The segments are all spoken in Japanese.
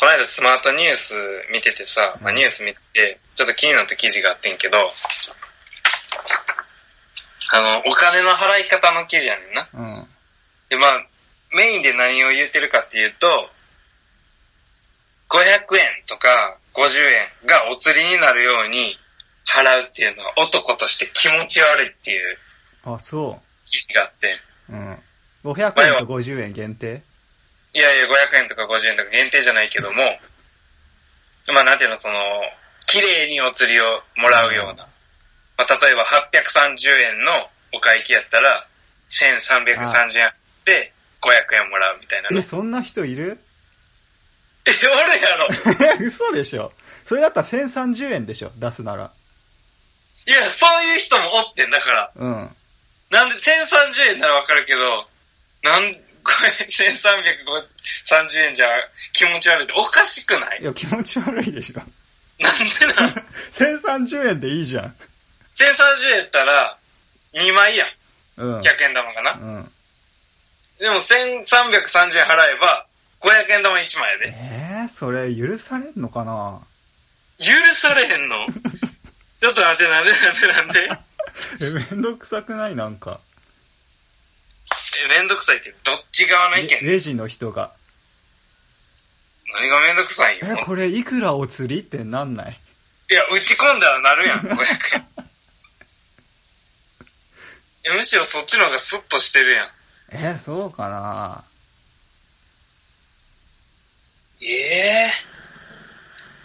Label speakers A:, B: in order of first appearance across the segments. A: 前のスマートニュース見ててさ、まあ、ニュース見て、ちょっと気になった記事があってんけど、あの、お金の払い方の記事やねんな。
B: うん。
A: で、まあ、メインで何を言ってるかっていうと、500円とか50円がお釣りになるように払うっていうのは男として気持ち悪いっていう
B: あ、そ
A: 記事があって、
B: う。うん。500円と50円限定
A: いやいや、500円とか50円とか限定じゃないけども、まあなんていうの、その、綺麗にお釣りをもらうような。まあ例えば830円のお会計やったら、1330円で500円もらうみたいな ね。
B: え、そんな人いる
A: え、俺やろ
B: 嘘でしょそれだったら1030円でしょ出すなら。
A: いや、そういう人もおってんだから。
B: うん。
A: なんで、1030円ならわかるけど、なん、これ、1330円じゃ気持ち悪いっておかしくない
B: いや、気持ち悪いでしょ。
A: なんでなん ?1030
B: 1030円でいいじゃ
A: 円
B: ん。
A: やったら、2枚やん。
B: うん。
A: 100円玉かな。
B: うん。
A: でも、1330円払えば、500円玉1枚やで。
B: えー、それ許されんのか な
A: 許されへん のちょっと待って、なんでなんでなんで
B: え、めんどくさくないなんか。
A: え、めんどくさいって、どっち側の意
B: レ
A: 見
B: レジの人が。
A: 何がめんどくさいんよ。
B: え、これいくらお釣りってなんない
A: いや、打ち込んだらなるやん、500円。い やむしろそっちの方がスッとしてるやん。
B: え、そうかな
A: ええ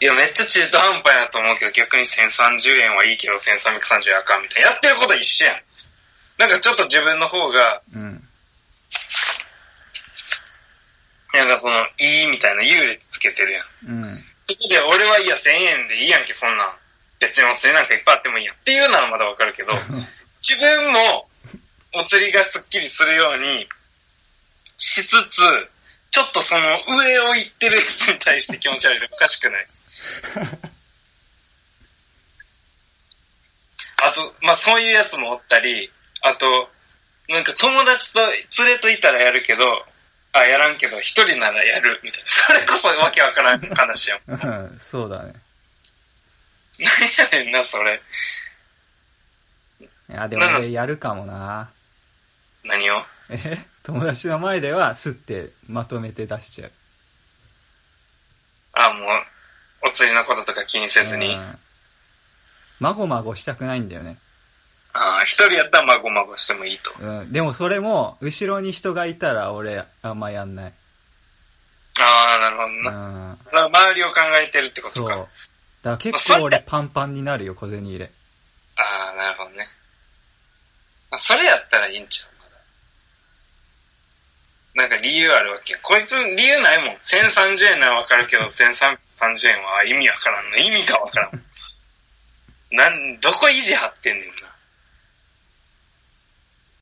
A: いや、めっちゃ中途半端やと思うけど、逆に1030円はいいけど、1330円あかんみたいな。やってること一緒やん。なんかちょっと自分の方が、
B: うん。
A: なんかその、いいみたいな優劣つけてるやん。
B: うん。
A: そこで俺はいいや、1000円でいいやんけ、そんなん。別にお釣りなんかいっぱいあってもいいやん。っていうならまだわかるけど、自分もお釣りがスッキリするようにしつつ、ちょっとその上を行ってるやつに対して気持ち悪いでおかしくない。あと、まあ、そういうやつもおったり、あと、なんか友達と連れといたらやるけど、あ、やらんけど、一人ならやる、みたいな。それこそわけわからん話やもん。
B: うん、そうだね。
A: なんやねんな、それ。
B: いや、でも
A: なんか
B: 俺やるかもな
A: 何を
B: え 友達の前ではすってまとめて出しちゃう。
A: あ、もう、お釣りのこととか気にせずに
B: うん。まごまごしたくないんだよね。
A: あ一人やったらまごまごしてもいいと。
B: うん。でもそれも、後ろに人がいたら俺、あんまやんない。
A: ああ、なるほど
B: う
A: な。
B: ん。
A: それは周りを考えてるってこ
B: そ
A: と
B: う。だ
A: か。
B: から結構俺パンパンになるよ、小銭入れ。
A: ああ、なるほどね。まあ、それやったらいいんちゃうまだ。なんか理由あるわけやこいつ理由ないもん。1030円ならわかる けど、1330円は意味わからんの。意味がわからん。なん、どこ維持張ってんねんな。